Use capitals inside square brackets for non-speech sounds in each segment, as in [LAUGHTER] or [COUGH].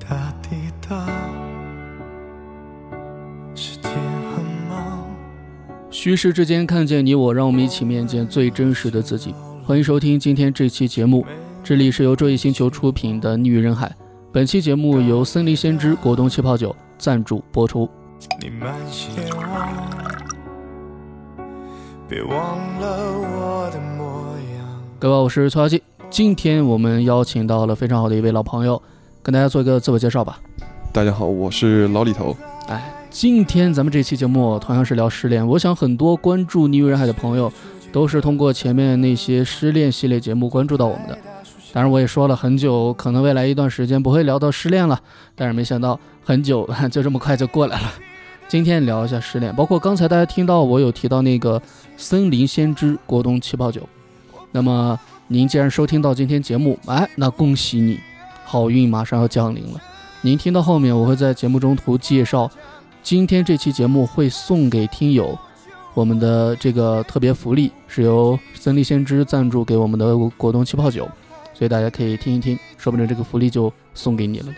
答滴答，世界很忙。虚实之间看见你我，让我们一起面见最真实的自己。欢迎收听今天这期节目，这里是由追忆星球出品的《女人海》。本期节目由森林先知果冻气泡酒赞助播出。你慢些我，别忘了我的模样。各位好，我是崔小七。今天我们邀请到了非常好的一位老朋友，跟大家做一个自我介绍吧。大家好，我是老李头。今天咱们这期节目同样是聊失恋，我想很多关注《逆游人海》的朋友都是通过前面那些失恋系列节目关注到我们的。当然，我也说了很久，可能未来一段时间不会聊到失恋了，但是没想到很久 [LAUGHS] 就这么快就过来了。今天聊一下失恋，包括刚才大家听到我有提到那个森林先知国东气泡酒。那么您既然收听到今天节目，哎，那恭喜你，好运马上要降临了。您听到后面，我会在节目中途介绍，今天这期节目会送给听友我们的这个特别福利，是由森林先知赞助给我们的果冻气泡酒，所以大家可以听一听，说不定这个福利就送给你了呢。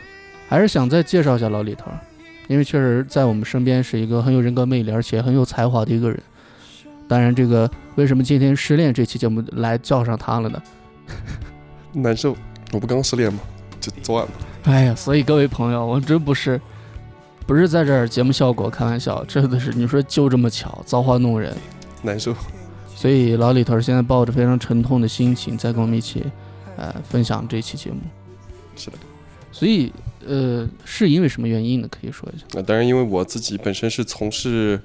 还是想再介绍一下老李头儿，因为确实在我们身边是一个很有人格魅力，而且很有才华的一个人。当然，这个为什么今天失恋这期节目来叫上他了呢？ [LAUGHS] 难受，我不刚失恋吗？这昨晚吗？哎呀，所以各位朋友，我真不是，不是在这儿节目效果开玩笑，真的是你说就这么巧，造化弄人。难受。所以老李头儿现在抱着非常沉痛的心情，在跟我们一起，呃，分享这期节目。是的，所以，呃，是因为什么原因呢？可以说一下。那啊当然，因为我自己本身是从事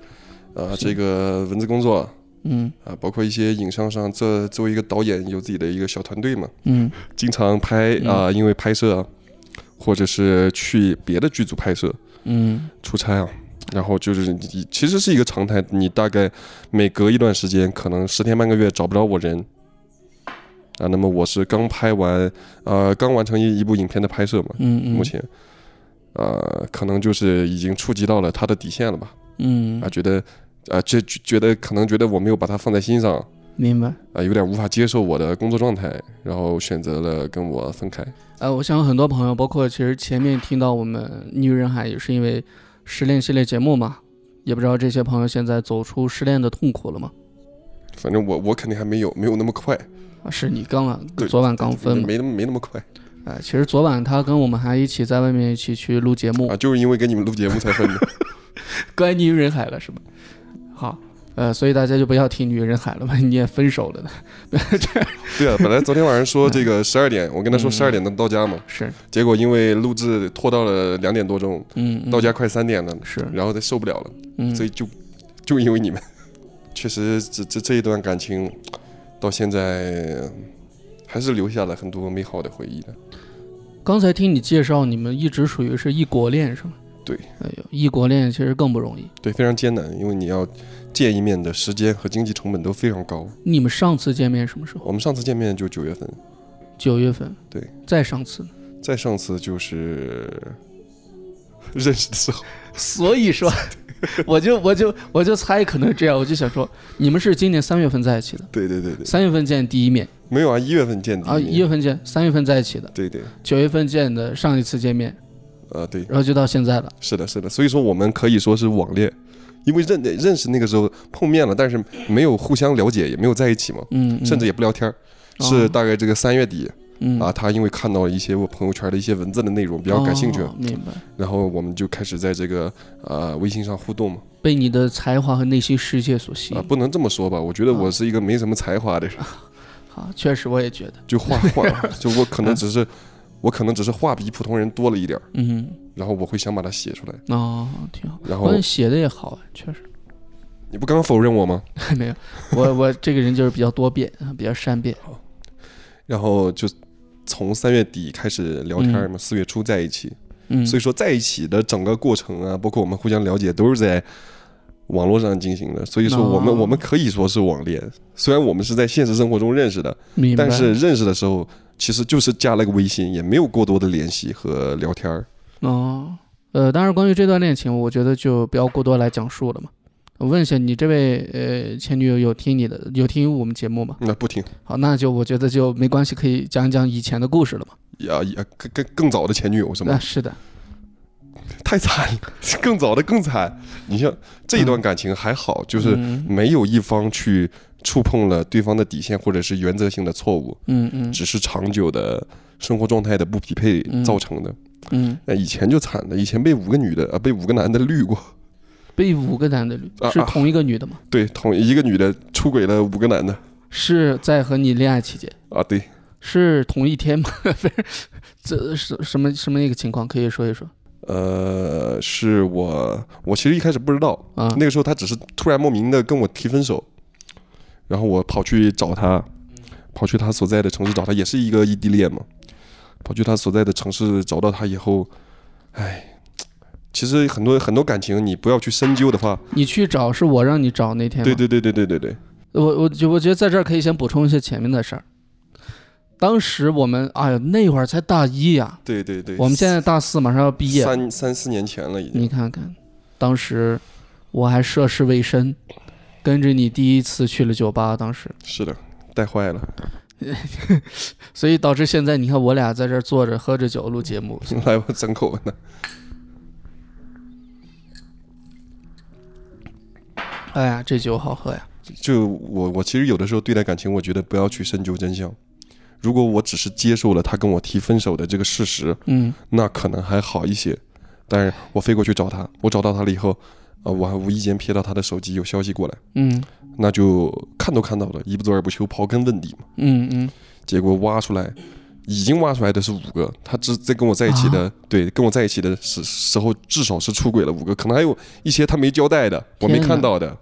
呃是这个文字工作啊、嗯包括一些影像上，这作为一个导演，有自己的一个小团队嘛，嗯经常拍嗯啊、因为拍摄啊或者是去别的剧组拍摄嗯出差啊。然后就是你，你其实是一个常态。你大概每隔一段时间，可能十天半个月找不着我人啊。那么我是刚拍完，呃，刚完成一一部影片的拍摄嘛，嗯嗯，目前，呃，可能就是已经触及到了他的底线了吧？嗯啊，，觉得，啊，这觉觉得可能觉得我没有把他放在心上，明白。啊，有点无法接受我的工作状态，然后选择了跟我分开。呃，我想很多朋友，包括其实前面听到我们女人海也是因为失恋系列节目嘛，也不知道这些朋友现在走出失恋的痛苦了吗？反正我我肯定还没有没有那么快，啊，是你刚啊，对昨晚刚分嘛。没那么没那么快呃，其实昨晚他跟我们还一起在外面一起去录节目啊，，就是因为给你们录节目才分的。关于女人海了是吧？好，呃，所以大家就不要听女人海了吧， [LAUGHS] 你也分手了的，对啊，本来昨天晚上说这个十二点，我跟嗯他说十二点能到家嘛，是，结果因为录制拖到了两点多钟，嗯，嗯到家快三点了，是，然后他受不了了。嗯，所以就就因为你们，确实这这这一段感情到现在还是留下了很多美好的回忆的。刚才听你介绍，你们一直属于是异国恋是吗？对，哎呦，异国恋其实更不容易。对，非常艰难，因为你要见一面的时间和经济成本都非常高。你们上次见面什么时候？我们上次见面就九月份，九月份。对，再上次呢。再上次就是 [LAUGHS] 认识的时候，所以说， [LAUGHS] 我就我就我就猜可能是这样，我就想说，你们是今年三月份在一起的，对对对对，三月份见第一面没有啊，一月份见的啊，一月份见，三月份在一起的，对对，九月份见的上一次见面，啊对，然后就到现在了。是的，是的，所以说我们可以说是网恋。因为认认识那个时候碰面了，但是没有互相了解，也没有在一起嘛，嗯，嗯甚至也不聊天儿，哦是大概这个三月底嗯啊，他因为看到一些我朋友圈的一些文字的内容比较感兴趣，哦明白。然后我们就开始在这个呃微信上互动嘛被你的才华和内心世界所吸啊，引。不能这么说吧，我觉得啊我是一个没什么才华的人，好，确实我也觉得，就画 [LAUGHS] 画，就我可能只是我可能只是画比普通人多了一点儿，嗯，然后我会想把它写出来，哦，挺好。然后关键写的也好，啊确实 [LAUGHS] 你不刚刚否认我吗？没有。我我这个人就是比较多变，比较善变。然后就从三月底开始聊天儿嘛，四、月初在一起，嗯，所以说在一起的整个过程啊，包括我们互相了解，都是在网络上进行的。所以说，我们、哦我们可以说是网恋，虽然我们是在现实生活中认识的，明白。但是认识的时候其实就是加了个微信，也没有过多的联系和聊天儿。哦，呃，当然，关于这段恋情，我觉得就不要过多来讲述了嘛。我问一下，你这位呃前女友有听你的，有听我们节目吗？那不听好，那就我觉得就没关系，可以讲一讲以前的故事了嘛。呀呀，更更更早的前女友是啊，吗？是的， [LAUGHS] 太惨了，更早的更惨。你像这一段感情还好，就是嗯没有一方去触碰了对方的底线或者是原则性的错误，嗯嗯只是长久的生活状态的不匹配嗯造成的。嗯，那以前就惨了，以前被五个女的啊，被五个男的绿过， [LAUGHS] 被五个男的绿啊是啊同一个女的吗？对，同一个女的出轨了五个男的是在和你恋爱期间，啊，对，是同一天吗？ [LAUGHS] 不是，这是什么什么那个情况？可以说一说呃，是我，我其实一开始不知道，啊？那个时候他只是突然莫名的跟我提分手，然后我跑去找他，嗯跑去他所在的城市找他，也是一个异地恋嘛。跑去他所在的城市找到他以后，哎，其实很多很多感情你不要去深究的话，你去找是我让你找那天吗？对对对对对对对，我我觉我觉得在这儿可以先补充一下前面的事儿。当时我们哎呀那会儿才大一呀、对对对，我们现在大四马上要毕业，三三四年前了已经你看看，当时我还涉世未深，跟着你第一次去了酒吧，当时，是的，带坏了， [LAUGHS] 所以导致现在你看我俩在这儿坐着喝着酒录节目，来吧，整口吧那哎呀这酒好喝呀，就我我其实有的时候对待感情，我觉得不要去深究真相。如果我只是接受了他跟我提分手的这个事实，嗯那可能还好一些。但是我飞过去找他，我找到他了以后，呃，我还无意间瞥到他的手机有消息过来，嗯那就看都看到了，一不做二不休，刨根问底嘛。嗯嗯，结果挖出来，已经挖出来的是五个，他只在跟我在一起的，啊对，跟我在一起的时时候至少是出轨了五个，可能还有一些他没交代的，我没天哪看到的。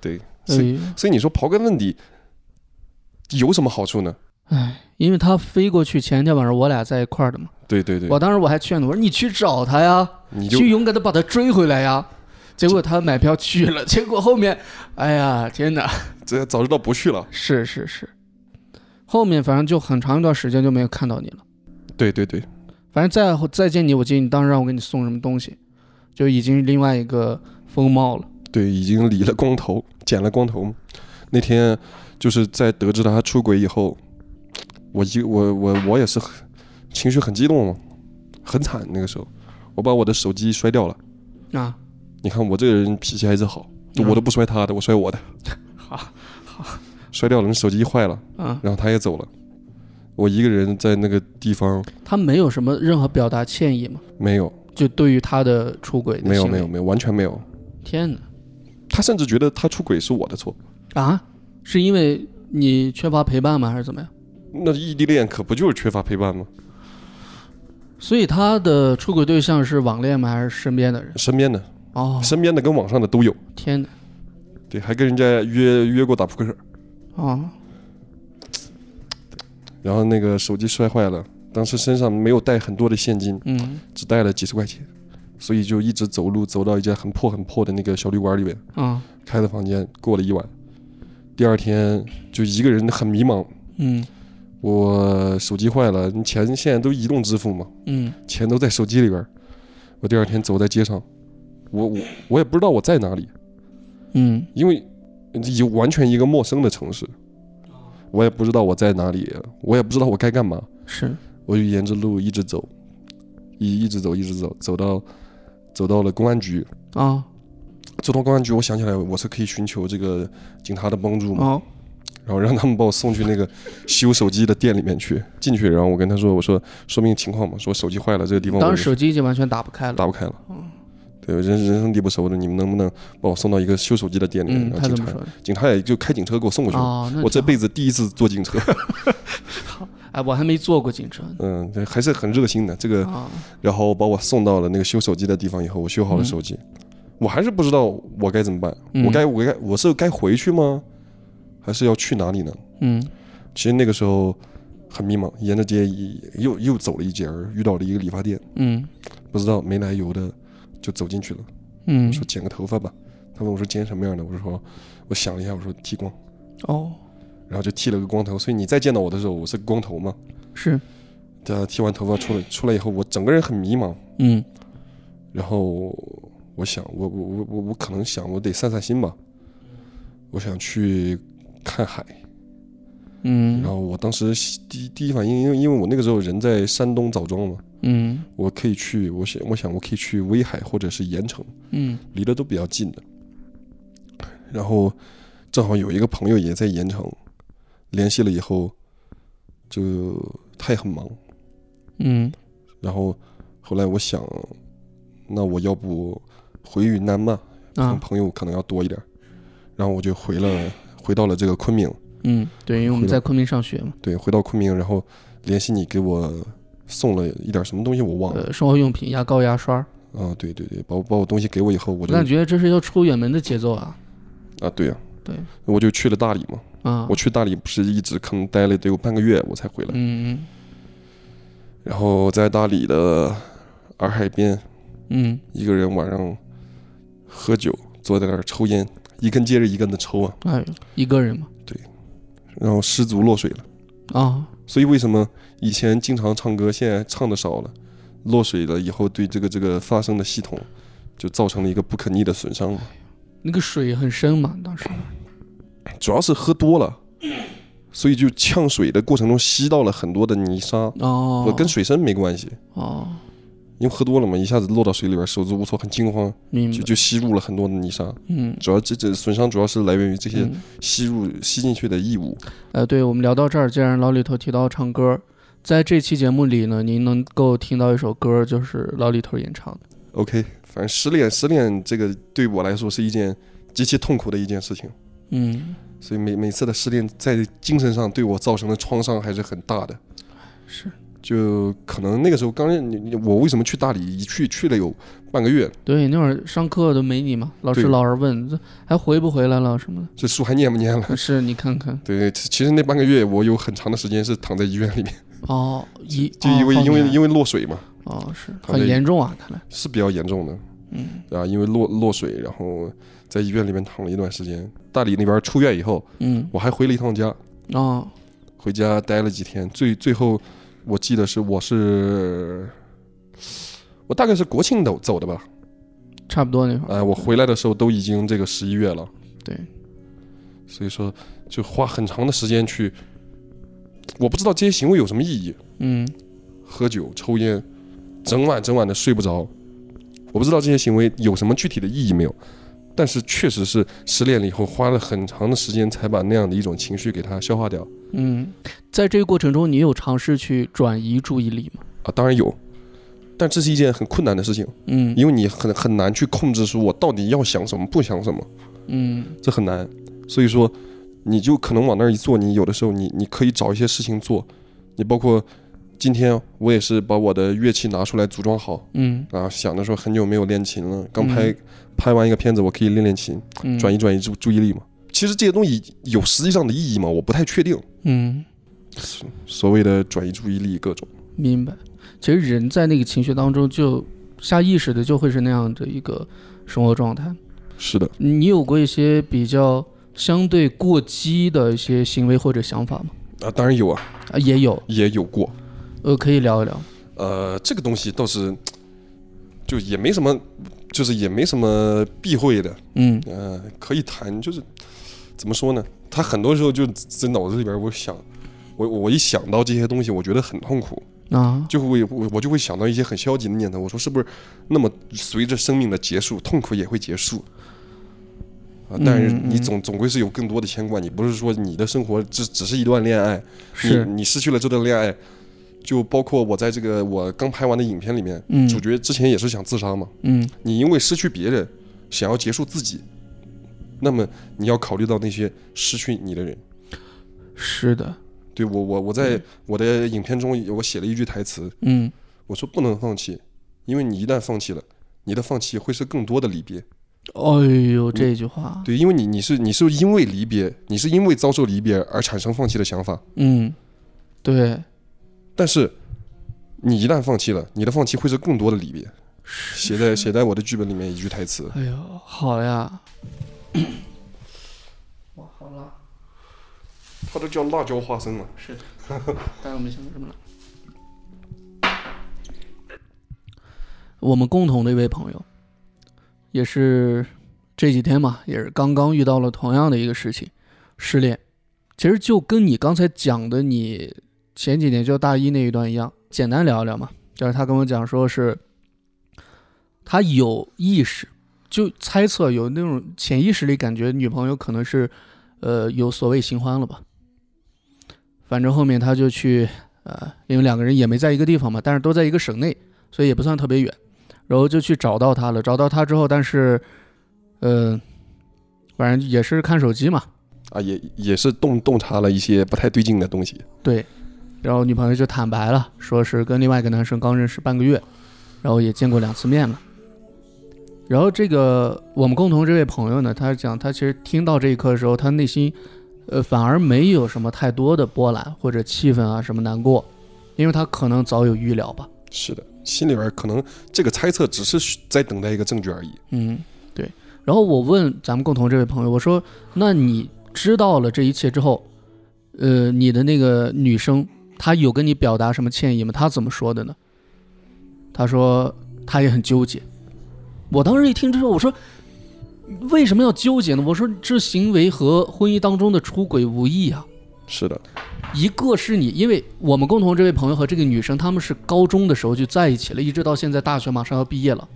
对，哎所以、呦所以你说刨根问底有什么好处呢？哎，因为他飞过去前一天晚上我俩在一块儿的嘛，对对对，我当时我还劝他，我说你去找他呀，你就去勇敢的把他追回来呀。结果他买票去了， [LAUGHS] 结果后面，哎呀，天哪！这早知道不去了。是是是，后面反正就很长一段时间就没有看到你了。对对对，反正再后再见你，我记得你当时让我给你送什么东西，就已经另外一个风貌了。对，已经理了光头，剪了光头嘛。那天就是在得知他出轨以后，我一我我我也是很情绪很激动嘛，很惨那个时候，我把我的手机摔掉了。啊，你看我这个人脾气还是好，嗯我都不摔他的，我摔我的。好，好，摔掉了，那手机坏了，啊，然后他也走了，我一个人在那个地方他没有什么任何表达歉意嘛，没有就对于他的出轨的没有行为没有，没有完全没有。天他甚至觉得他出轨是我的错，哪，啊，是因为你缺乏陪伴吗，还是怎么样？那异地恋可不就是缺乏陪伴吗？所以他的出轨对象是网恋吗？还是身边的人？身边的哦，身边的跟网上的都有。天哪！对，还跟人家约约过打扑克，哦，然后那个手机摔坏了，当时身上没有带很多的现金，嗯只带了几十块钱，所以就一直走路走到一家很破很破的那个小旅馆里面，啊，开了房间过了一晚。第二天就一个人很迷茫，嗯我手机坏了，你钱现在都移动支付嘛，嗯钱都在手机里边儿。我第二天走在街上，我我我也不知道我在哪里，嗯因为有完全一个陌生的城市，我也不知道我在哪里，我也不知道我该干嘛。是，我就沿着路一直走，一一直走，一直走，走到走到了公安局。啊走到公安局，我想起来我是可以寻求这个警察的帮助嘛，哦然后让他们把我送去 [LAUGHS] 那个修手机的店里面去。进去，然后我跟他说，我说说明情况嘛，说手机坏了，这个地方当我时手机已经完全打不开了。打不开了。对，人人生地不熟的，你们能不能把我送到一个修手机的店里面？嗯，然他后警怎么察说的？警察也就开警车给我送过去了。哦，那我这挺好辈子第一次坐 [LAUGHS] 警车，哎，我还没坐过警车呢。嗯，对还是很热心的。这个啊，然后把我送到了那个修手机的地方以后，我修好了手机，我还是不知道我该怎么办，嗯我该我该我是该回去吗？还是要去哪里呢？嗯其实那个时候很迷茫，沿着街一又又走了一截儿，遇到了一个理发店，嗯不知道没来由的就走进去了。嗯我，说剪个头发吧，他问我说剪什么样的，我说我想了一下，我说剃光，哦，然后就剃了个光头。所以你再见到我的时候，我是个光头嘛。是，他啊剃完头发出来出来以后，我整个人很迷茫。嗯然后我想，我我我我我可能想，我得散散心吧。我想去看海，然嗯嗯后我当时第第一反应，因为因为我那个时候人在山东枣庄嘛，嗯我可以去，我想我想我可以去威海或者是盐城，嗯离得都比较近的。然后正好有一个朋友也在盐城，联系了以后，就他也很忙。嗯然后后来我想，那我要不回云南吧，可能啊朋友可能要多一点儿。然后我就回了，回到了这个昆明，嗯，对，因为我们回到在昆明上学嘛，对，回到昆明，然后联系你给我送了一点儿什么东西，我忘了。呃，生活用品、牙膏、牙刷，啊，对对对，把我把我东西给我以后，我我就感觉这是要出远门的节奏啊啊，对呀、对，我就去了大理嘛。啊，我去大理不是一直可能待了得有半个月，我才回来。嗯然后在大理的洱海边，嗯嗯一个人晚上喝酒，坐在那儿抽烟，一根接着一根的抽啊，哎呦，一个人嘛然后失足落水了。啊，所以为什么以前经常唱歌，现在唱的少了，落水了以后对这个这个发声的系统就造成了一个不可逆的损伤嘛？那个水很深嘛，当时主要是喝多了，所以就呛水的过程中吸到了很多的泥沙，哦，我跟水深没关系。哦，因为喝多了嘛，一下子落到水里边，手足无措，很惊慌，明白就，就吸入了很多的泥沙。嗯，主要这这损伤主要是来源于这些嗯吸入、吸进去的异物。呃，对，我们聊到这儿，既然老李头提到唱歌，在这期节目里呢，您能够听到一首歌，就是老李头演唱的。 OK，反正失恋失恋这个对我来说是一件极其痛苦的一件事情，嗯，所以每每次的失恋在精神上对我造成的创伤还是很大的。是就可能那个时候刚认你你我为什么去大理一去去了有半个月，对，那会儿上课都没你嘛，老师对老是问这还回不回来了什么这书还念不念了？ [LAUGHS] 的。是你看看对，其其实那半个月我有很长的时间是躺在医院里面，哦，一就因为、哦、因为因为为落水嘛，哦是躺在很严重啊，看来是比较严重的。嗯啊，因为落落水，然后在医院里面躺了一段时间。大理那边出院以后，嗯我还回了一趟家，哦回家待了几天。最最后，我记得是我是我大概是国庆走走的吧？差不多那会儿哎、我回来的时候都已经这个十一月了，对，所以说就花很长的时间去，我不知道这些行为有什么意义，嗯喝酒、抽烟，整晚整晚的睡不着，我不知道这些行为有什么具体的意义没有，但是确实是失恋了以后花了很长的时间才把那样的一种情绪给它消化掉嗯，在这个过程中，你有尝试去转移注意力吗？啊，当然有，但这是一件很困难的事情，嗯因为你很很难去控制说我到底要想什么不想什么，嗯这很难，所以说你就可能往那儿一坐，你有的时候你你可以找一些事情做，你包括今天我也是把我的乐器拿出来组装好，嗯啊，想着说很久没有练琴了，刚嗯拍、拍完一个片子，我可以练练琴，嗯，转移移转移注注意力嘛。其实这些东西有实际上的意义吗？我不太确定。嗯。所所谓的转移注意力，各种明白。其实人在那个情绪当中，就下意识的就会是那样的一个生活状态。是的，你有过一些比较相对过激的一些行为或者想法吗？啊，当然有啊，啊，也有，也有过。呃，可以聊一聊。呃，这个东西倒是就也没什么，就是也没什么避讳的，嗯呃，可以谈。就是怎么说呢？他很多时候就在脑子里边，我想，我我一想到这些东西，我觉得很痛苦。啊，就会我我就会想到一些很消极的念头。我说是不是？那么随着生命的结束，痛苦也会结束啊。但是嗯嗯你总总归是有更多的牵挂。你不是说你的生活只只是一段恋爱，是你你失去了这段恋爱，就包括我在这个我刚拍完的影片里面，嗯主角之前也是想自杀嘛。嗯你因为失去别人，想要结束自己，那么你要考虑到那些失去你的人。是的，对我我我在我的影片中我写了一句台词，嗯我说不能放弃，因为你一旦放弃了，你的放弃会是更多的离别。哎呦，这句话，对，因为你你是你是因为离别，你是因为遭受离别而产生放弃的想法，嗯，对，但是你一旦放弃了，你的放弃会是更多的离别。是，写在写在我的剧本里面一句台词，哎呦，好呀，哇，好了，它都叫辣椒花生了。是的，但我们想什么了？我们共同的一位朋友，也是这几天嘛，也是刚刚遇到了同样的一个事情，失恋。其实就跟你刚才讲的，你前几年就大一那一段一样，简单聊一聊嘛。就是他跟我讲说是，他有意识就猜测有那种潜意识里感觉女朋友可能是，呃，有所谓新欢了吧。反正后面他就去，呃，因为两个人也没在一个地方嘛，但是都在一个省内，所以也不算特别远。然后就去找到他了，找到他之后，但是，呃，反正也是看手机嘛，啊，也也是洞洞察了一些不太对劲的东西。对，然后女朋友就坦白了，说是跟另外一个男生刚认识半个月，然后也见过两次面了。然后这个我们共同这位朋友呢，他讲他其实听到这一刻的时候，他内心，呃，反而没有什么太多的波澜或者气愤啊什么难过，因为他可能早有预料吧。是的，心里边可能这个猜测只是在等待一个证据而已。嗯，对。然后我问咱们共同这位朋友，我说：“那你知道了这一切之后，呃，你的那个女生她有跟你表达什么歉意吗？她怎么说的呢？”她说她也很纠结。我当时一听之后，我说：“为什么要纠结呢？”我说：“这行为和婚姻当中的出轨无异啊。是的，一个是你，因为我们共同这位朋友和这个女生，他们是高中的时候就在一起了，一直到现在大学马上要毕业了。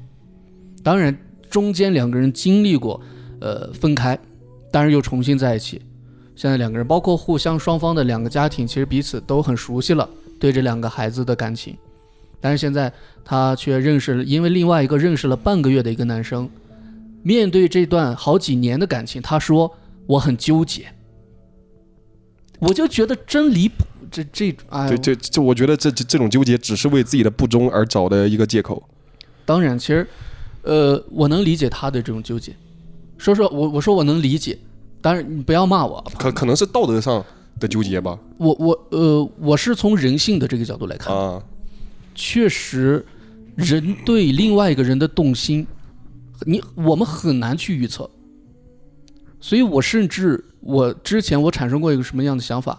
当然，中间两个人经历过，呃，分开，但是又重新在一起。现在两个人，包括互相双方的两个家庭，其实彼此都很熟悉了，对这两个孩子的感情。但是现在她却认识了，因为另外一个认识了半个月的一个男生。面对这段好几年的感情，她说我很纠结。我就觉得真离谱，这这哎对，呦，这这，我觉得这这这种纠结只是为自己的不忠而找的一个借口。当然，其实，呃，我能理解他的这种纠结。说说我，我说我能理解，当然你不要骂我，可可能是道德上的纠结吧。我我呃，我是从人性的这个角度来看，啊，确实，人对另外一个人的动心，你我们很难去预测。所以我甚至我之前我产生过一个什么样的想法，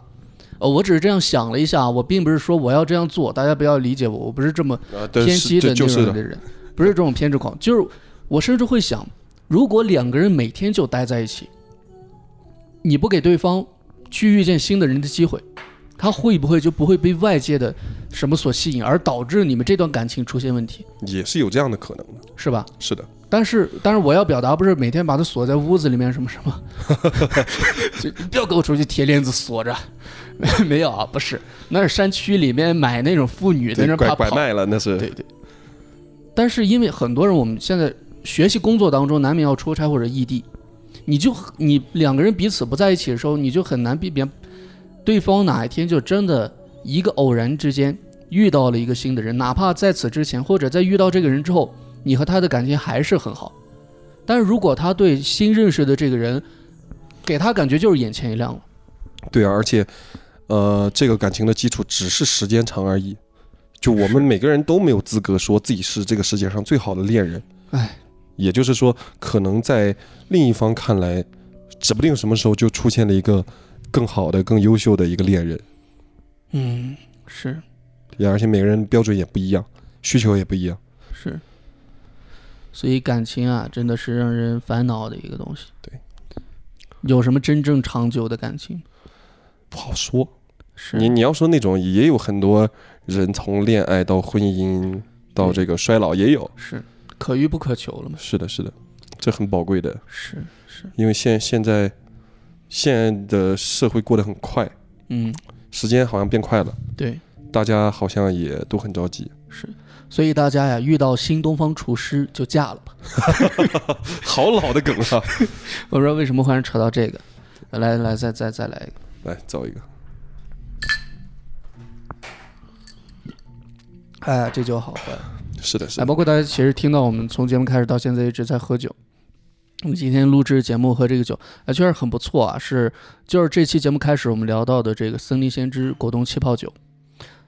呃，我只是这样想了一下，我并不是说我要这样做，大家不要理解我，我不是这么呃，但偏是激的这那就种是的的，人，不是这种偏执狂，就是我甚至会想，如果两个人每天就待在一起，你不给对方去遇见新的人的机会，他会不会就不会被外界的什么所吸引，而导致你们这段感情出现问题，也是有这样的可能的。是吧？是的，但是，但是我要表达不是每天把他锁在屋子里面什么什么， [LAUGHS] 就不要给我出去铁链子锁着， [LAUGHS] 没有啊，不是，那是山区里面买那种妇女的那种对怕拐跑拐卖了那是。对对。但是因为很多人我们现在学习工作当中难免要出差或者异地，你就你两个人彼此不在一起的时候，你就很难避免对方哪一天就真的一个偶然之间遇到了一个新的人，哪怕在此之前或者在遇到这个人之后，你和他的感情还是很好。但是如果他对新认识的这个人，给他感觉就是眼前一亮了，对啊，而且，呃，这个感情的基础只是时间长而已。就我们每个人都没有资格说自己是这个世界上最好的恋人。哎，也就是说，可能在另一方看来，指不定什么时候就出现了一个更好的、更优秀的一个恋人。嗯，是。也而且每个人标准也不一样，需求也不一样。是，所以感情啊，真的是让人烦恼的一个东西。对，有什么真正长久的感情？不好说。是你你要说那种，也有很多人从恋爱到婚姻到这个衰老也有。是可遇不可求了嘛？是的，是的，这很宝贵的，是是，因为现现在现在的社会过得很快，嗯，时间好像变快了，对，大家好像也都很着急。是。所以大家呀，遇到新东方厨师就嫁了吧。好老的梗啊！我说为什么忽然扯到这个？来来，再再再来一个。来造一个，哎，这酒好坏。是的，是哎，的，包括大家其实听到我们从节目开始到现在一直在喝酒，我们今天录制节目喝这个酒，哎，确实很不错啊。是，就是这期节目开始我们聊到的这个森林先知果冻气泡酒，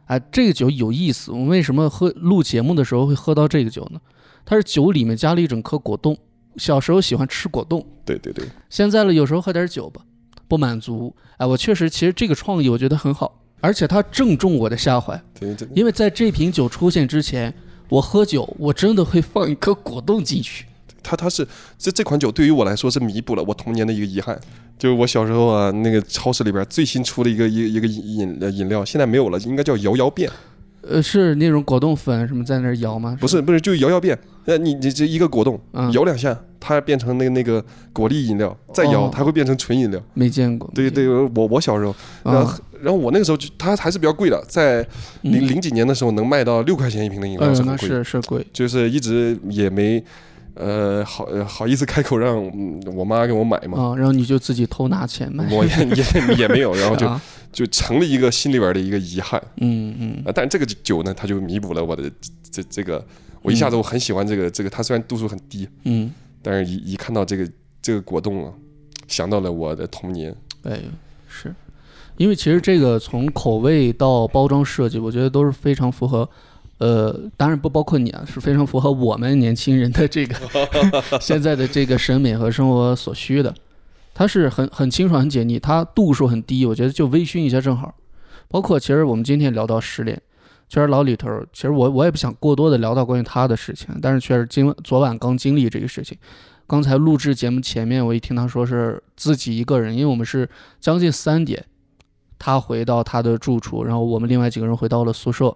哎，这个酒有意思。我们为什么喝录节目的时候会喝到这个酒呢？它是酒里面加了一整颗果冻。小时候喜欢吃果冻，对对对，现在了有时候喝点酒吧，不满足。哎，我确实，其实这个创意我觉得很好，而且它正中我的下怀。对这因为在这瓶酒出现之前，我喝酒我真的会放一颗果冻进去。它它是这这款酒对于我来说是弥补了我童年的一个遗憾，就是我小时候呃啊，那个超市里边最新出的一个一个一个饮饮饮料，现在没有了，应该叫摇摇变，呃，是那种果冻粉什么在那儿摇吗？不是不是，就摇摇变。呃，你你这一个果冻嗯摇两下，它变成那个那个果粒饮料，再摇哦它会变成纯饮料。没见过。对对，我我小时候，啊，然后然后我那个时候就它还是比较贵的，在嗯零零几年的时候能卖到六块钱一瓶的饮哎料呦，是那很贵的，是是贵，就是一直也没呃好呃好意思开口让嗯我妈给我买嘛。啊，然后你就自己偷拿钱买， [LAUGHS] 我也也也没有，然后就啊就成了一个心里边的一个遗憾嗯嗯啊。但这个酒呢，它就弥补了我的这这这个，我一下子我很喜欢这个这个，它虽然度数很低，嗯，但是一一看到这个这个果冻啊，想到了我的童年。哎呦，是因为其实这个从口味到包装设计，我觉得都是非常符合。呃，当然不包括你啊，是非常符合我们年轻人的这个现在的这个审美和生活所需的。它是很很清爽、很解腻，它度数很低，我觉得就微醺一下正好。包括其实我们今天聊到失恋，确实老李头儿，其实我我也不想过多的聊到关于他的事情，但是确实今昨晚刚经历这个事情。刚才录制节目前面，我一听他说是自己一个人，因为我们是将近三点，他回到他的住处，然后我们另外几个人回到了宿舍，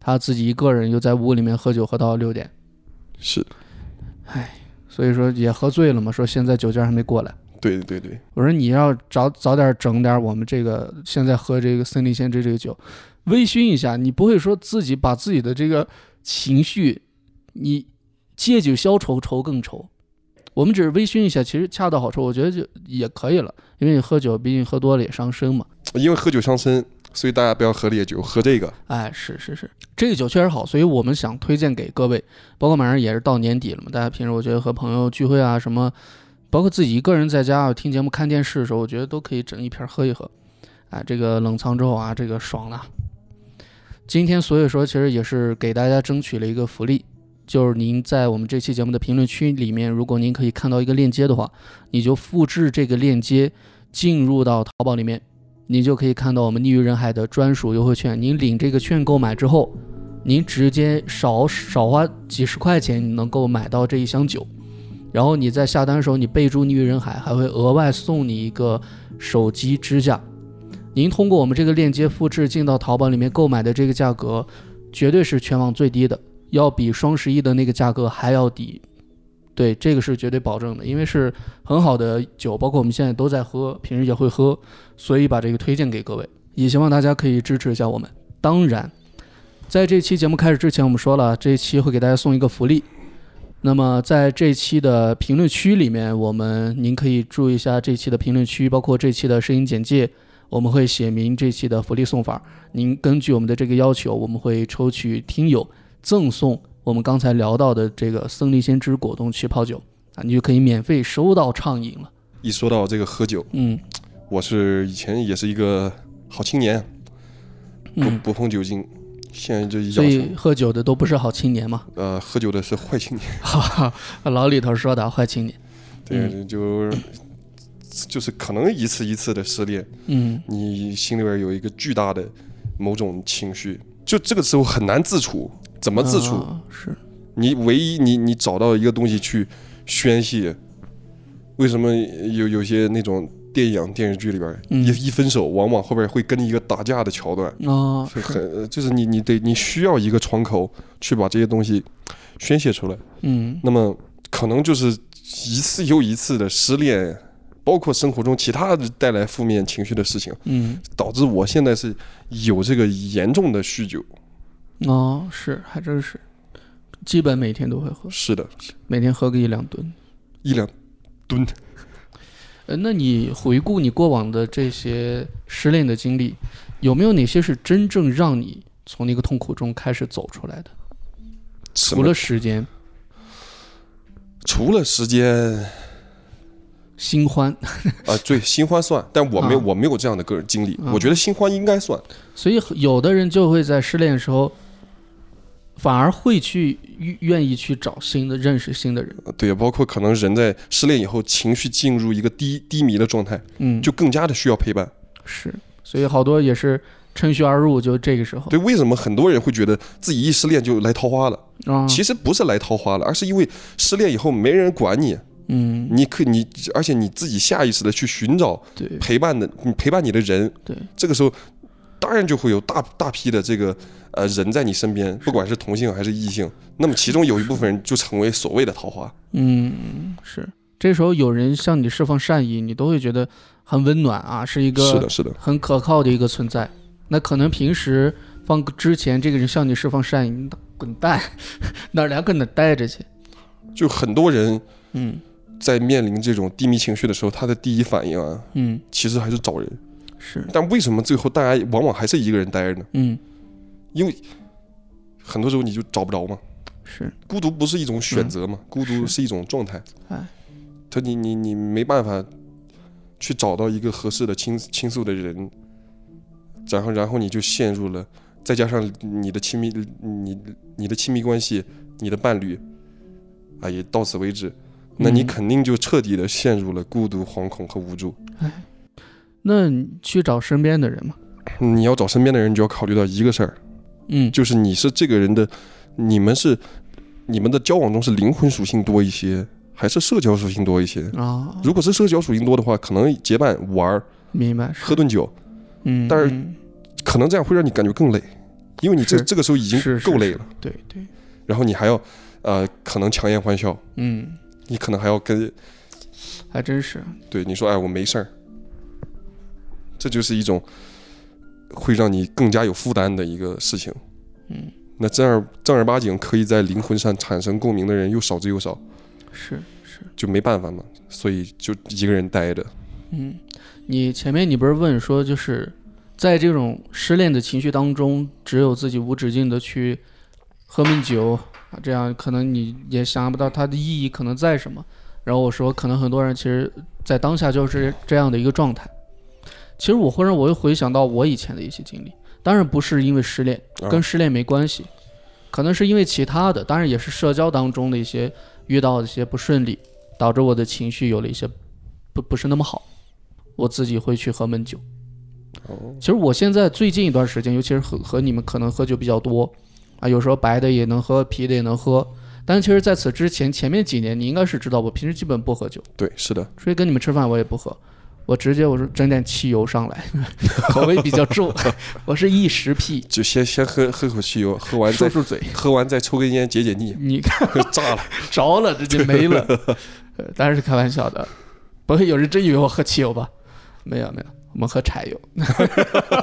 他自己一个人又在屋里面喝酒，喝到六点，是所以说也喝醉了嘛。说现在酒劲儿还没过来，对对对，我说你要早早点整点我们这个现在喝这个森林仙芝这个酒，微醺一下，你不会说自己把自己的这个情绪，你借酒消愁愁更愁。我们只是微醺一下，其实恰到好处，我觉得就也可以了，因为你喝酒毕竟喝多了也伤身嘛。因为喝酒伤身，所以大家不要喝烈酒，喝这个。哎，是是是，这个酒确实好，所以我们想推荐给各位，包括马上也是到年底了嘛，大家平时我觉得和朋友聚会啊什么，包括自己一个人在家啊听节目、看电视的时候，我觉得都可以整一瓶儿喝一喝。哎，这个冷藏之后啊，这个爽了。今天所以说其实也是给大家争取了一个福利，就是您在我们这期节目的评论区里面，如果您可以看到一个链接的话，你就复制这个链接进入到淘宝里面，你就可以看到我们逆于人海的专属优惠券。您领这个券购买之后，您直接少少花几十块钱，你能够买到这一箱酒。然后你在下单的时候，你备注“逆于人海”，还会额外送你一个手机支架。您通过我们这个链接复制进到淘宝里面购买的这个价格，绝对是全网最低的，要比双十一的那个价格还要低。对，这个是绝对保证的，因为是很好的酒，包括我们现在都在喝，平时也会喝。所以把这个推荐给各位，也希望大家可以支持一下我们。当然，在这期节目开始之前，我们说了这一期会给大家送一个福利。那么在这期的评论区里面，我们您可以注意一下这期的评论区，包括这期的声音简介，我们会写明这期的福利送法。您根据我们的这个要求，我们会抽取听友赠送我们刚才聊到的这个森林先知果冻气泡酒啊，你就可以免费收到畅饮了。一说到这个喝酒，嗯我是以前也是一个好青年，不嗯，不碰酒精，现在就一所养以成喝酒的都不是好青年嘛。 [LAUGHS] 呃喝酒的是坏青年，哈哈，老李头说的坏青年。对，就就是可能一次一次的失恋，嗯你心里边有一个巨大的某种情绪，就这个时候很难自处，怎么自处？啊是，你唯一你你找到一个东西去宣泄，为什么有有些那种电影电视剧里边、嗯一一分手，往往后边会跟一个打架的桥段，哦，是很呃就是你你得你需要一个窗口去把这些东西宣泄出来，嗯那么可能就是一次又一次的失恋。包括生活中其他的带来负面情绪的事情，嗯，导致我现在是有这个严重的酗酒。哦，是，还真是，基本每天都会喝，是的，每天喝个一两吨。一两吨。呃，那你回顾你过往的这些失恋的经历，有没有哪些是真正让你从那个痛苦中开始走出来的？什除么了时间、除了时间，新欢，啊，对，新欢算，但我没有，啊我没有这样的个人经历。啊我觉得新欢应该算，所以有的人就会在失恋的时候，反而会去愿意去找新的、认识新的人。呃对，包括可能人在失恋以后，情绪进入一个低低迷的状态，嗯，就更加的需要陪伴。是，所以好多也是趁虚而入，就这个时候。对，为什么很多人会觉得自己一失恋就来桃花了？啊，其实不是来桃花了，而是因为失恋以后没人管你，嗯，你可你，而且你自己下意识的去寻找对陪伴的，你陪伴你的人。对，这个时候，当然就会有大大批的这个呃人在你身边，不管是同性还是异性，那么其中有一部分人就成为所谓的桃花。嗯，是。这时候有人向你释放善意，你都会觉得很温暖啊，是一是个的，是的，很可靠的一个存在。那可能平时放之前，这个人向你释放善意，你滚蛋， [LAUGHS] 哪儿来跟哪待着去？就很多人嗯在面临这种低迷情绪的时候，他的第一反应啊，嗯，其实还是找人。是，但为什么最后大家往往还是一个人待着呢？嗯因为很多时候你就找不着嘛。是，孤独不是一种选择嘛，孤独是一种状态。嗯哎，他你你你没办法去找到一个合适的倾倾诉的人，然后然后你就陷入了，再加上你的亲密你你的亲密关系，你的伴侣，啊也到此为止，那你嗯肯定就彻底的陷入了孤独、惶恐和无助。那你去找身边的人嘛。你要找身边的人，你就要考虑到一个事儿，嗯，就是你是这个人的，你们是你们的交往中是灵魂属性多一些，还是社交属性多一些？啊，如果是社交属性多的话，可能结伴玩儿、明白，是喝顿酒，嗯，但是嗯可能这样会让你感觉更累，因为你这是这个时候已经是是够累是了，对对，然后你还要呃，可能强颜欢笑，嗯，你可能还要跟还真是，啊对你说，哎，我没事儿，这就是一种会让你更加有负担的一个事情。嗯，那正儿正儿八经可以在灵魂上产生共鸣的人又少之又少，是是，就没办法嘛，所以就一个人待着。嗯，你前面你不是问说，就是在这种失恋的情绪当中，只有自己无止境的去喝闷酒啊，这样可能你也想不到它的意义可能在什么。然后我说，可能很多人其实，在当下就是这样的一个状态。其实我忽然我又回想到我以前的一些经历，当然不是因为失恋，啊跟失恋没关系，可能是因为其他的，当然也是社交当中的一些遇到的一些不顺利，导致我的情绪有了一些不不是那么好，我自己会去喝闷酒。哦，其实我现在最近一段时间，尤其是和和你们可能喝酒比较多，啊，有时候白的也能喝，啤的也能喝。但其实在此之前，前面几年你应该是知道，我平时基本不喝酒，对，是的，所以跟你们吃饭我也不喝，我直接我说整点汽油上来， [LAUGHS] 口味比较重， [LAUGHS] 我是一时屁，就先先喝喝口汽油，喝完说再出嘴，喝完再抽根烟解解腻，你 [LAUGHS] 炸了。 [LAUGHS] 着了，这就没了。呃，当然是开玩笑的，不会有人真以为我喝汽油吧？没有没有，我们喝柴油。 [LAUGHS]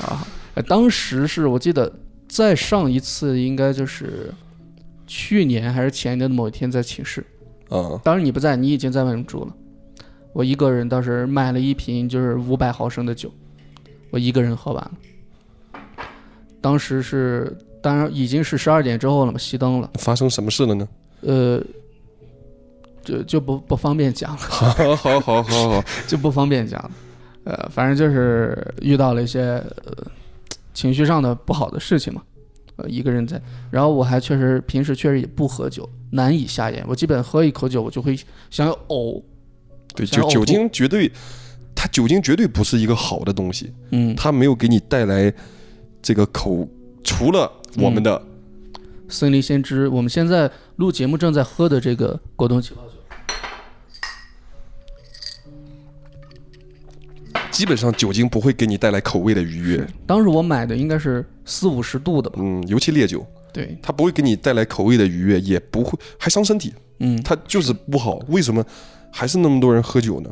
啊，呃当时是我记得再上一次应该就是去年还是前年的某一天在寝室，啊、当时你不在，你已经在外面住了。我一个人当时买了一瓶就是五百毫升的酒，我一个人喝完了。当时是，当然已经是十二点之后了嘛，熄灯了。发生什么事了呢？ [LAUGHS] 呃，就就不不方便讲了，好，好，好，好，好，就不方便讲了。呃，反正就是遇到了一些呃情绪上的不好的事情嘛，呃，一个人在，然后我还确实平时确实也不喝酒，难以下咽，我基本喝一口酒我就会想要呕，对，想酒要呕酒吐精绝对，它酒精绝对不是一个好的东西，嗯，它没有给你带来这个口，除了我们嗯的，森林先知，我们现在录节目正在喝的这个果冻气泡酒，基本上酒精不会给你带来口味的愉悦，当时我买的应该是四五十度的吧，嗯，尤其烈酒，对，它不会给你带来口味的愉悦，也不会还伤身体，嗯，它就是不好。为什么还是那么多人喝酒呢？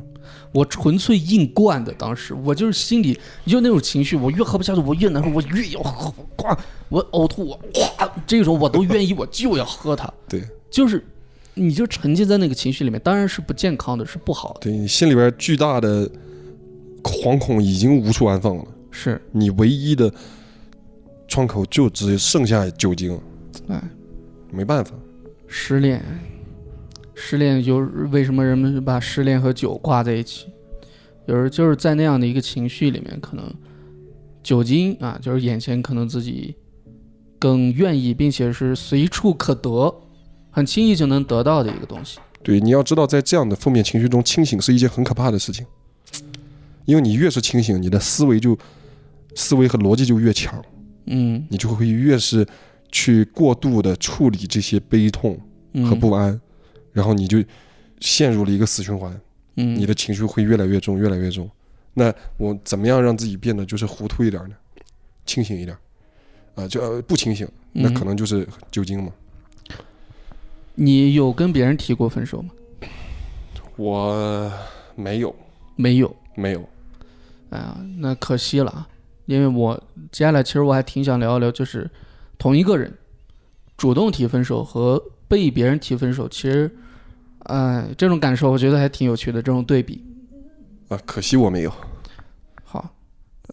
我纯粹硬灌的，当时我就是心里就那种情绪，我越喝不下去，我越难受，我越要喝，哇，我呕吐，我哇，这种我都愿意，我就要喝它，对， [LAUGHS] 就是你就沉浸在那个情绪里面，当然是不健康的，是不好的，对你心里边巨大的惶恐已经无处安放了，是，你唯一的窗口就只剩下酒精，哎，没办法。失恋，失恋就是为什么人们把失恋和酒挂在一起，有时候就是在那样的一个情绪里面，可能酒精啊，就是眼前可能自己更愿意，并且是随处可得，很轻易就能得到的一个东西。对，你要知道，在这样的负面情绪中，清醒是一件很可怕的事情，因为你越是清醒，你的思维就思维和逻辑就越强，嗯，你就会越是去过度的处理这些悲痛嗯和不安，然后你就陷入了一个死循环，嗯，你的情绪会越来越重，越来越重。那我怎么样让自己变得就是糊涂一点呢？清醒一点，呃，就呃不清醒，那嗯可能就是酒精嘛。你有跟别人提过分手吗？我没有，没有。没有，哎呀，那可惜了啊，因为我接下来其实我还挺想聊一聊，就是同一个人主动提分手和被别人提分手，其实，哎，这种感受我觉得还挺有趣的，这种对比。啊，可惜我没有，好，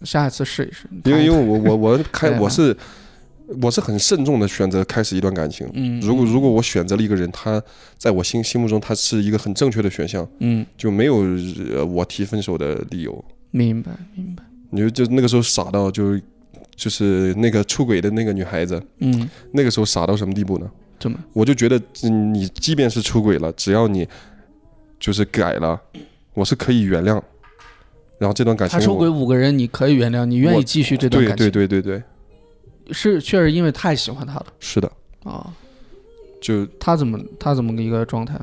下一次试一试。你因看为因为我我我对开啊我是我是很慎重的选择开始一段感情。嗯，如果如果我选择了一个人，他在我心心目中他是一个很正确的选项，嗯，就没有呃我提分手的理由。明白明白，你就就那个时候傻到就就是那个出轨的那个女孩子，嗯，那个时候傻到什么地步呢？怎么？我就觉得嗯你即便是出轨了，只要你就是改了，我是可以原谅。然后这段感情他出我轨五个人，你可以原谅，你愿意我继续这段对感情，对对对对，是确实因为太喜欢他了是的，啊、就他怎么他怎么个一个状态？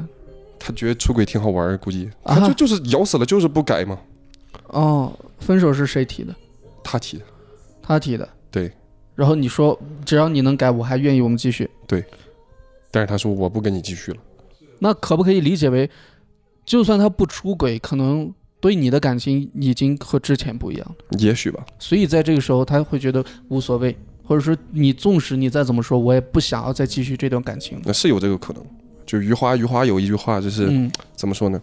他觉得出轨挺好玩儿，估 [LAUGHS] 计啊他就就是咬死了，就是不改嘛。哦，分手是谁提的？他提的，他提的。对。然后你说，只要你能改，我还愿意，我们继续。但是他说我不跟你继续了。那可不可以理解为，就算他不出轨，可能对你的感情已经和之前不一样了，也许吧，所以在这个时候他会觉得无所谓，或者说你纵使你再怎么说，我也不想要再继续这段感情了。那是有这个可能。就余华，余华有一句话就是、嗯怎么说呢？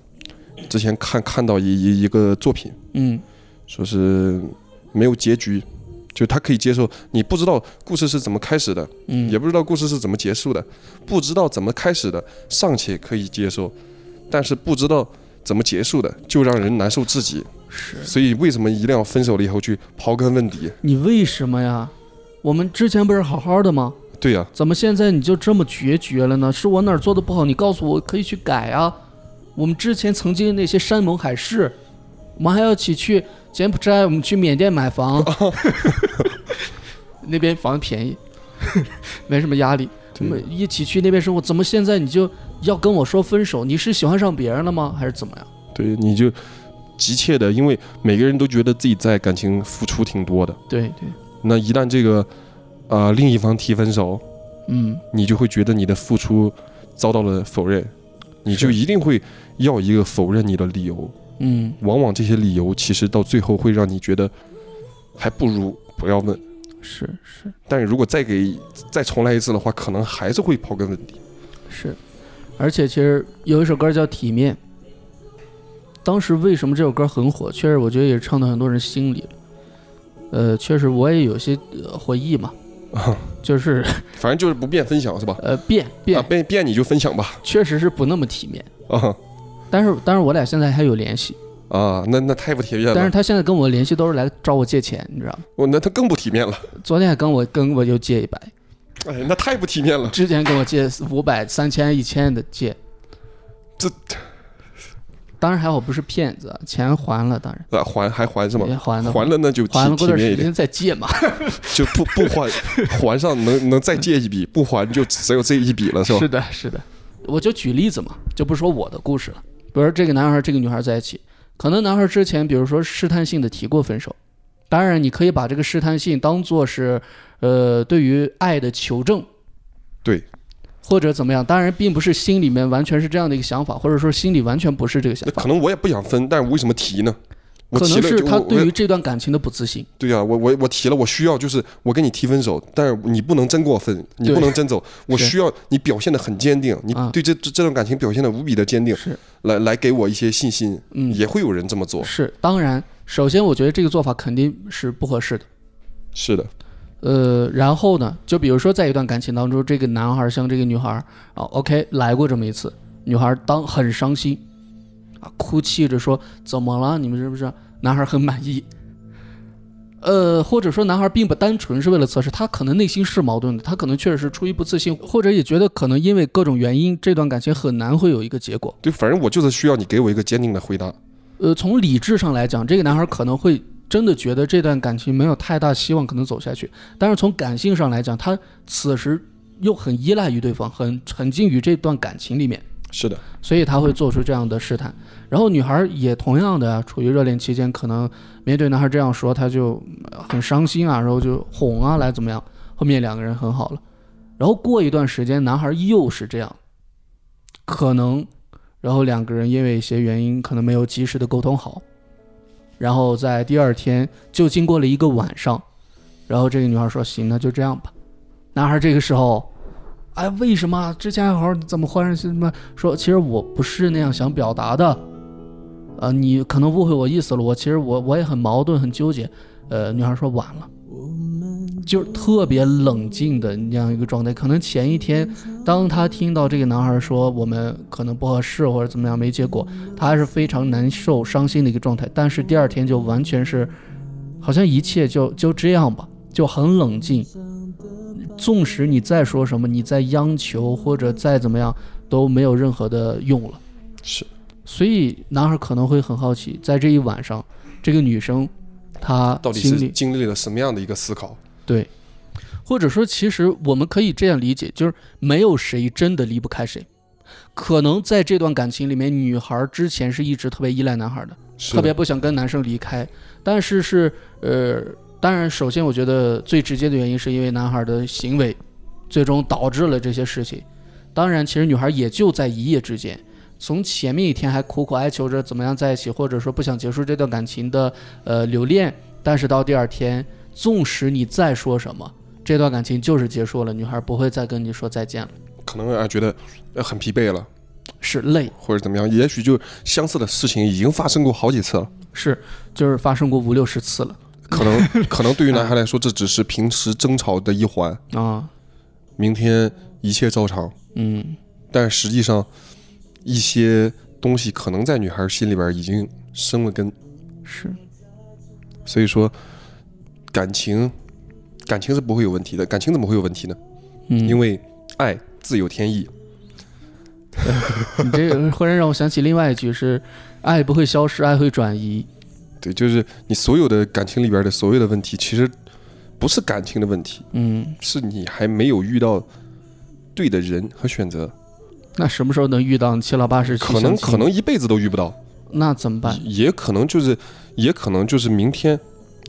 之前看看到一一一个作品，嗯说是没有结局，就他可以接受你不知道故事是怎么开始的，嗯，也不知道故事是怎么结束的，不知道怎么开始的尚且可以接受，但是不知道怎么结束的就让人难受至极。是所以为什么一定要分手了以后去刨根问底？你为什么呀？我们之前不是好好的吗？对呀、怎么现在你就这么决绝了呢？是我哪儿做的不好？你告诉我，我可以去改啊。我们之前曾经那些山盟海誓，我们还要一起去柬埔寨，我们去缅甸买房， [LAUGHS] 那边房便宜， [LAUGHS] 没什么压力。我对们一起去那边生活，怎么现在你就要跟我说分手？你是喜欢上别人了吗？还是怎么样？对，你就急切的，因为每个人都觉得自己在感情付出挺多的，对对，那一旦这个呃另一方提分手，嗯，你就会觉得你的付出遭到了否认，你就一定会要一个否认你的理由。嗯，往往这些理由其实到最后会让你觉得，还不如不要问。是是。但如果再给再重来一次的话，可能还是会刨根问底。是，而且其实有一首歌叫《体面》，当时为什么这首歌很火？确实，我觉得也唱到很多人心里了。呃，确实我也有些、呃回忆嘛，啊就是反正就是不便分享是吧？呃变啊变，变变你就分享吧。确实是不那么体面。啊但是，但是我俩现在还有联系，啊，那那太不体面但是了。他现在跟我联系都是来找我借钱，你知道吗？我那他更不体面了。昨天还跟我跟我就借一百，哎，那太不体面了。之前跟我借五百、三千、一千的借，这当然还好不是骗子啊，钱还了，当然啊，还还还是吗？也哎还的，还了那就体还了过体段面一时点，间再借嘛。就不不 [LAUGHS] 还还上能能再借一笔，不还就只有这一笔了，是吧？的，是的。我就举例子嘛，就不说我的故事了。比如说这个男孩、这个女孩在一起，可能男孩之前，比如说试探性的提过分手。当然，你可以把这个试探性当做是，呃，对于爱的求证对，或者怎么样。当然，并不是心里面完全是这样的一个想法，或者说心里完全不是这个想那法可。能我也不想分，但为什么提呢？我可提能了是就他我对我于这段感情的不自信。对啊，我我我提了，我需要就是我跟你提分手，但是你不能真跟我分，你对不能真 [LAUGHS] 走，我是需要你表现的很坚定，你啊对这这这段感情表现的无比的坚定，是来来给我一些信心，嗯也会有人这么做，是，当然，首先我觉得这个做法肯定是不合适的。是的，呃，然后呢，就比如说在一段感情当中，这个男孩向这个女孩啊，OK 来过这么一次，女孩当很伤心啊，哭泣着说怎么了？你们是不是？男孩很满意。呃，或者说男孩并不单纯是为了测试，他可能内心是矛盾的，他可能确实是出于不自信，或者也觉得可能因为各种原因，这段感情很难会有一个结果。对，反正我就是需要你给我一个坚定的回答，呃，从理智上来讲，这个男孩可能会真的觉得这段感情没有太大希望可能走下去，但是从感性上来讲，他此时又很依赖于对方，很沉浸于这段感情里面，是的，所以他会做出这样的试探。然后女孩也同样的啊处于热恋期间，可能面对男孩这样说，她就呃很伤心啊，然后就哄啊，来怎么样？后面两个人很好了。然后过一段时间，男孩又是这样，可能，然后两个人因为一些原因，可能没有及时的沟通好，然后在第二天就经过了一个晚上，然后这个女孩说：“行，那就这样吧。”男孩这个时候，哎，为什么之前还好好怎么换上什么？说其实我不是那样想表达的，呃，你可能误会我意思了。我其实我我也很矛盾，很纠结。呃，女孩说晚了，就是特别冷静的那样一个状态。可能前一天，当她听到这个男孩说我们可能不合适或者怎么样没结果，她还是非常难受、伤心的一个状态。但是第二天就完全是，好像一切就就这样吧，就很冷静。纵使你再说什么，你再央求或者再怎么样，都没有任何的用了。是，所以男孩可能会很好奇，在这一晚上，这个女生她到底经是历，经历了什么样的一个思考？或者说，其实我们可以这样理解，就是没有谁真的离不开谁。可能在这段感情里面，女孩之前是一直特别依赖男孩的，是特别不想跟男生离开，但是是呃，当然，首先我觉得最直接的原因是因为男孩的行为，最终导致了这些事情。当然，其实女孩也就在一夜之间，从前面一天还苦苦哀求着怎么样在一起，或者说不想结束这段感情的呃留恋，但是到第二天，纵使你再说什么，这段感情就是结束了，女孩不会再跟你说再见了，可能啊觉得呃很疲惫了，是嗯累。或者怎么样，也许就相似的事情已经发生过好几次了。是，就是发生过五六十次了可能可能对于男孩来说，这只是平时争吵的一环，啊，明天一切照常。嗯，但实际上，一些东西可能在女孩心里边已经生了根。是，所以说，感情，感情是不会有问题的。感情怎么会有问题呢？嗯，因为爱自有天意。 [LAUGHS] 你这个忽然让我想起另外一句是：爱不会消失，爱会转移。对，就是你所有的感情里边的所有的问题，其实不是感情的问题，嗯，是你还没有遇到对的人和选择，那什么时候能遇到你七老八十去可相能亲可能一辈子都遇不到，那怎么办？也也可能就是也可能就是明天，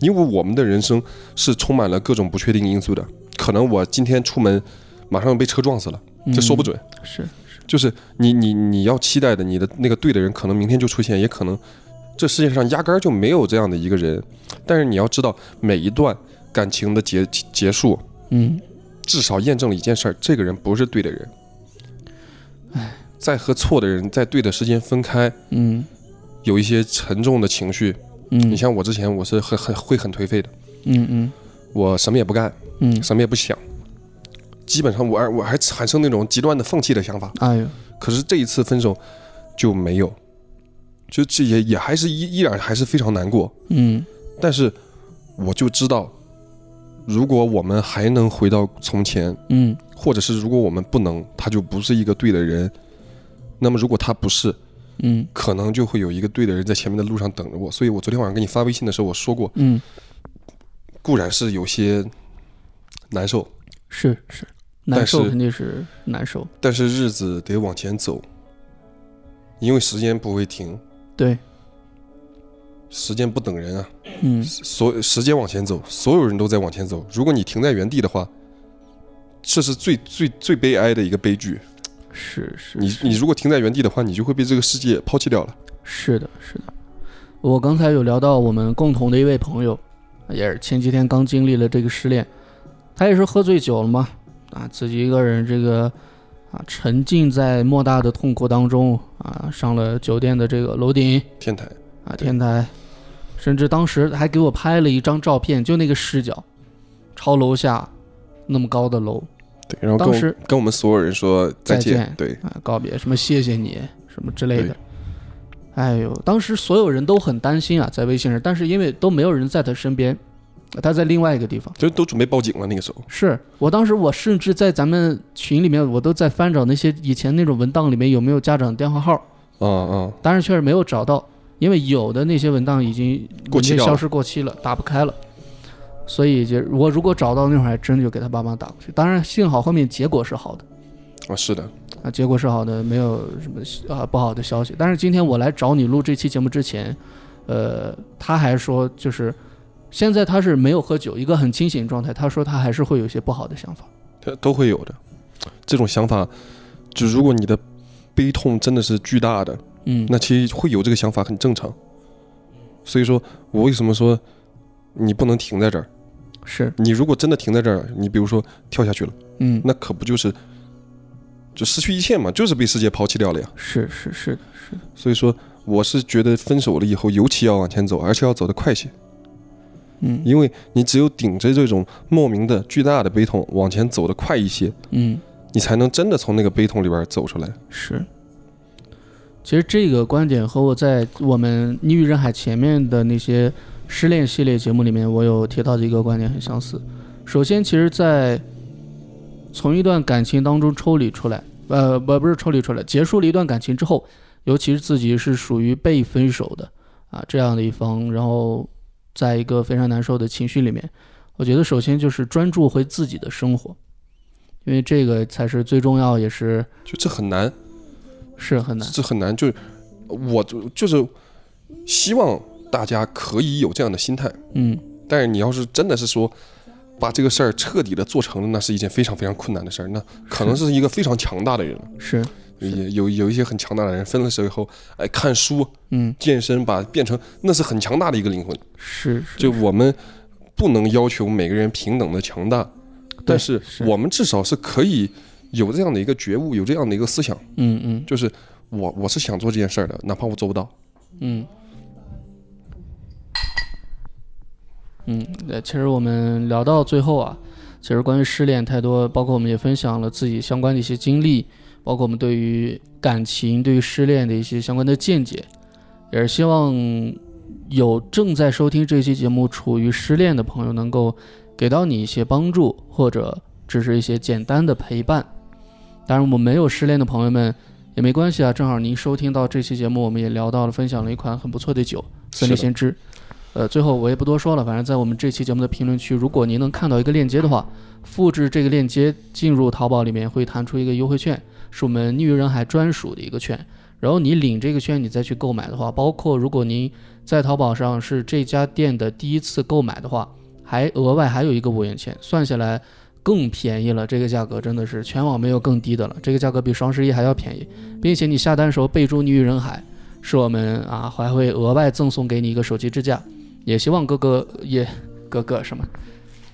因为我们的人生是充满了各种不确定因素的，可能我今天出门马上被车撞死了，这说不准。嗯。是就是你你你要期待的，你的那个对的人可能明天就出现，也可能这世界上压根儿就没有这样的一个人。但是你要知道，每一段感情的结结束，嗯，至少验证了一件事儿：这个人不是对的人。唉，在和错的人在对的时间分开，嗯有一些沉重的情绪。嗯，你像我之前，我是很很会很颓废的，嗯嗯我什么也不干，嗯，什么也不想，基本上我还我还产生那种极端的放弃的想法。哎呦，可是这一次分手就没有，就这也也还是依依然还是非常难过。嗯但是我就知道，如果我们还能回到从前，嗯或者是如果我们不能，他就不是一个对的人。那么如果他不是，嗯可能就会有一个对的人在前面的路上等着我。所以我昨天晚上给你发微信的时候，我说过，嗯，固然是有些难受，是是，难但受是肯定是难受。但是日子得往前走，因为时间不会停，对，时间不等人啊。嗯所时间往前走，所有人都在往前走。如果你停在原地的话，这是最最最悲哀的一个悲剧。是是，你是你如果停在原地的话，你就会被这个世界抛弃掉了。是的，是的。我刚才有聊到我们共同的一位朋友，也是前几天刚经历了这个失恋，他也是喝醉酒了嘛，啊，自己一个人这个啊沉浸在莫大的痛苦当中啊，上了酒店的这个楼顶天台，啊对天台，甚至当时还给我拍了一张照片，就那个视角，朝楼下那么高的楼对，然后跟当我时跟我们所有人说再见，再见对，啊告别，什么谢谢你什么之类的对。哎呦，当时所有人都很担心啊，在微信上，但是因为都没有人在他身边，他在另外一个地方。就都准备报警了那个时候。是我当时，我甚至在咱们群里面，我都在翻找那些以前那种文档里面有没有家长电话号，啊啊，当然确实没有找到，因为有的那些文档已经过期文件掉了消失过期了，打不开了。所以就我如果找到那会儿，还真就给他爸妈打过去。当然幸好后面结果是好的。啊是的，啊，结果是好的，没有什么呃不好的消息。但是今天我来找你录这期节目之前，呃，他还说就是现在他是没有喝酒，一个很清醒的状态。他说他还是会有一些不好的想法。他都会有的。这种想法，就如果你的悲痛真的是巨大的，嗯，那其实会有这个想法很正常。所以说我为什么说你不能停在这儿？是，你如果真的停在这儿，你比如说跳下去了，嗯，那可不就是就失去一切嘛，就是被世界抛弃掉了呀。是是是的，是的，所以说，我是觉得分手了以后，尤其要往前走，而且要走得快些，嗯因为你只有顶着这种莫名的巨大的悲痛往前走得快一些，嗯你才能真的从那个悲痛里边走出来。是。其实这个观点和我在我们《逆于人海》前面的那些失恋系列节目里面，我有提到的一个观点很相似。首先，其实，在从一段感情当中抽离出来，呃，不，不是抽离出来，结束了一段感情之后，尤其是自己是属于被分手的啊这样的一方，然后在一个非常难受的情绪里面，我觉得首先就是专注回自己的生活，因为这个才是最重要，也是就这很难，是很难。这很难。就我就就是希望大家可以有这样的心态，嗯，但是你要是真的是说把这个事儿彻底的做成了，那是一件非常非常困难的事儿。那可能是一个非常强大的人了，是，是也有有一些很强大的人分了手以后，哎，看书、嗯，健身，把变成那是很强大的一个灵魂。是，是就我们不能要求每个人平等的强大，但是是我们至少是可以有这样的一个觉悟，有这样的一个思想，嗯嗯就是我我是想做这件事儿的，哪怕我做不到。嗯。嗯，呃，其实我们聊到最后啊，其实关于失恋太多，包括我们也分享了自己相关的一些经历，包括我们对于感情、对于失恋的一些相关的见解，也是希望有正在收听这期节目处于失恋的朋友能够给到你一些帮助，或者只是一些简单的陪伴。当然，我们没有失恋的朋友们也没关系啊，正好您收听到这期节目，我们也聊到了，分享了一款很不错的酒——森林是的先知。呃，最后我也不多说了，反正在我们这期节目的评论区，如果您能看到一个链接的话，复制这个链接进入淘宝里面会弹出一个优惠券，是我们逆于人海专属的一个券。然后你领这个券，你再去购买的话，包括如果您在淘宝上是这家店的第一次购买的话，还额外还有一个五元钱，算下来更便宜了。这个价格真的是全网没有更低的了，这个价格比双十一还要便宜，并且你下单时候备注“逆于人海”，是我们啊还会额外赠送给你一个手机支架。也希望各个也各个什么，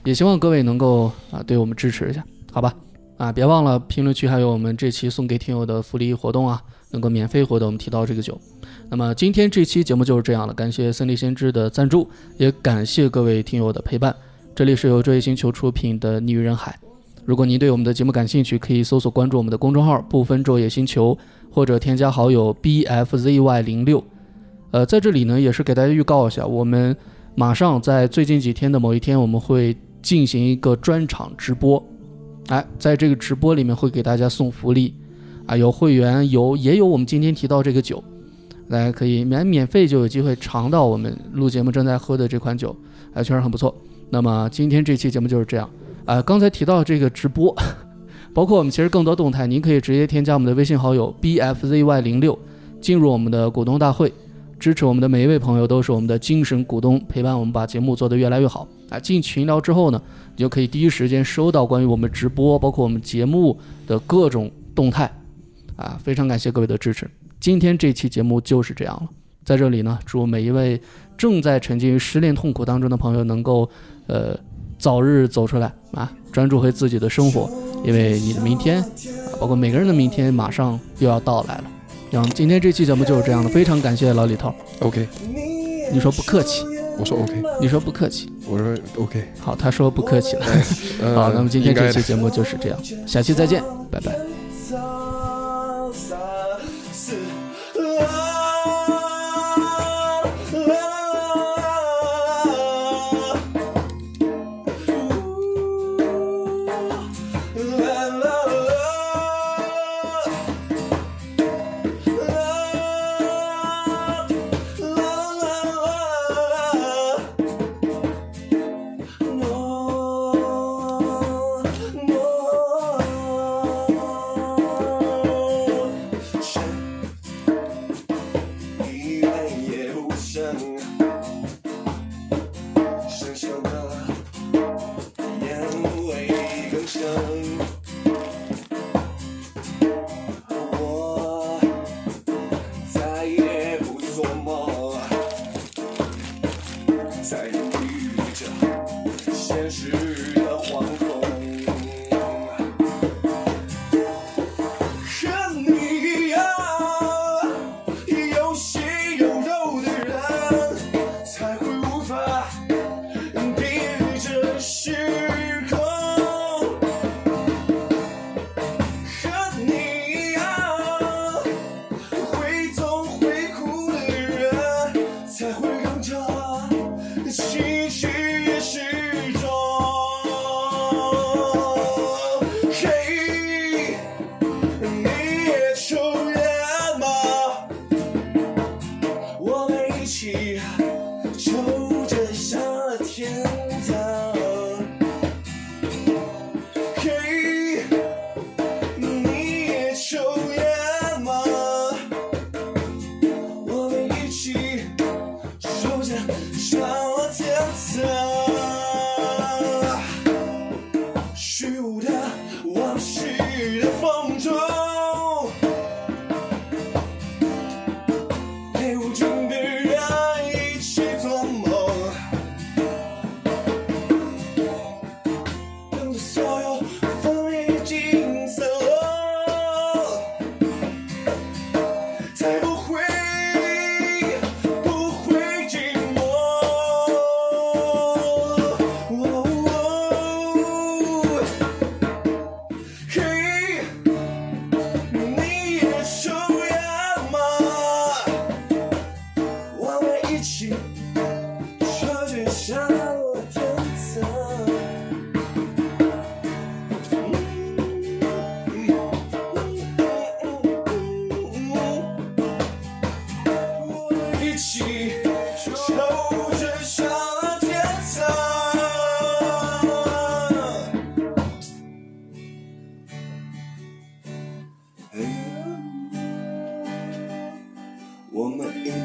也希望各位能够啊对我们支持一下，好吧？啊，别忘了评论区还有我们这期送给听友的福利活动啊，能够免费获得我们提到这个酒。那么今天这期节目就是这样了，感谢森林先知的赞助，也感谢各位听友的陪伴。这里是由这一星球出品的《逆于人海》。如果您对我们的节目感兴趣，可以搜索关注我们的公众号“不分昼夜星球”，或者添加好友 bfzy 零六。呃，在这里呢，也是给大家预告一下，我们马上在最近几天的某一天，我们会进行一个专场直播。哎，在这个直播里面会给大家送福利，啊，有会员，有也有我们今天提到这个酒，大家可以免免费就有机会尝到我们录节目正在喝的这款酒，哎，确实很不错。那么今天这期节目就是这样，啊，刚才提到这个直播，包括我们其实更多动态，您可以直接添加我们的微信好友 bfzy 零六，进入我们的股东大会。支持我们的每一位朋友都是我们的精神股东，陪伴我们把节目做得越来越好。啊，进群聊之后呢，你就可以第一时间收到关于我们直播，包括我们节目的各种动态。啊，非常感谢各位的支持。今天这期节目就是这样了，在这里呢，祝每一位正在沉浸于失恋痛苦当中的朋友能够，呃，早日走出来啊，专注回自己的生活，因为你的明天，啊，包括每个人的明天马上又要到来了。然后今天这期节目就是这样的，非常感谢老李头。 OK，你说不客气，我说 OK，你说不客气。我说 OK，好，他说不客气了。呃 [LAUGHS] 好，那么今天应该这的期节目就是这样，下期再见，拜拜。 salsa, se- la, la. Ooh, la, la, la. La, la, la. No, no. 嗯嗯嗯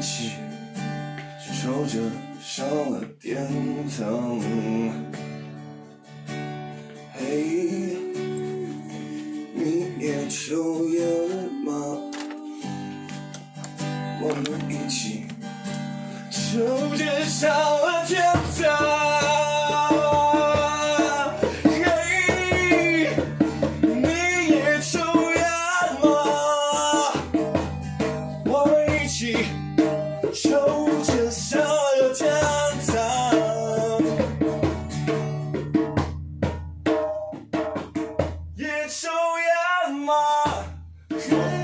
起，皱褶上了天堂。嘿，你也抽烟了吗？我们一起，皱褶上了天堂。嘿，你也抽烟吗？我们一起抽着香油天堂，也抽烟吗？我